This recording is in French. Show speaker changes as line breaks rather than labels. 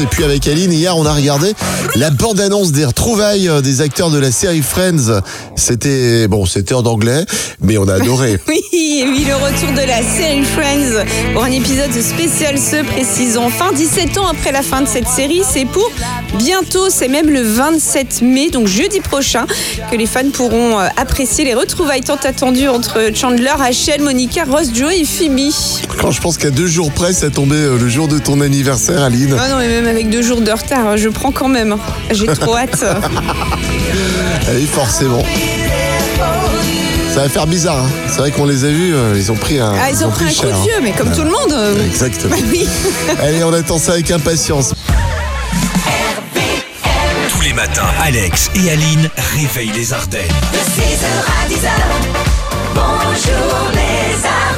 Et puis avec Aline, hier, on a regardé la bande-annonce des retrouvailles euh, des acteurs de la série Friends. C'était, bon, c'était en anglais, mais on a adoré.
Oui, et oui, le retour de la série Friends pour un épisode spécial se précisant. Fin 17 ans après la fin de cette série, c'est pour bientôt, c'est même le 27 mai, donc jeudi prochain, que les fans pourront euh, apprécier les retrouvailles tant attendues entre Chandler, Rachel, Monica, Ross, Joe et Phoebe.
Quand je pense qu'à deux jours près, ça tombait euh, le jour de ton anniversaire, Aline.
Ah non, mais même avec deux jours de retard, je prends quand même. J'ai trop hâte.
Oui, Eh, forcément. Ça va faire bizarre. hein. C'est vrai qu'on les a vus, euh, ils ont pris un,
Ah, ils ont pris un coup
cher,
de vieux,
hein.
mais comme
Ouais.
tout le monde. euh,
Exactement.
oui.
Allez, on attend ça avec impatience.
Tous les matins, Alex et Aline réveillent les Ardennes.
De 6h à 10h, bonjour les Ardennes.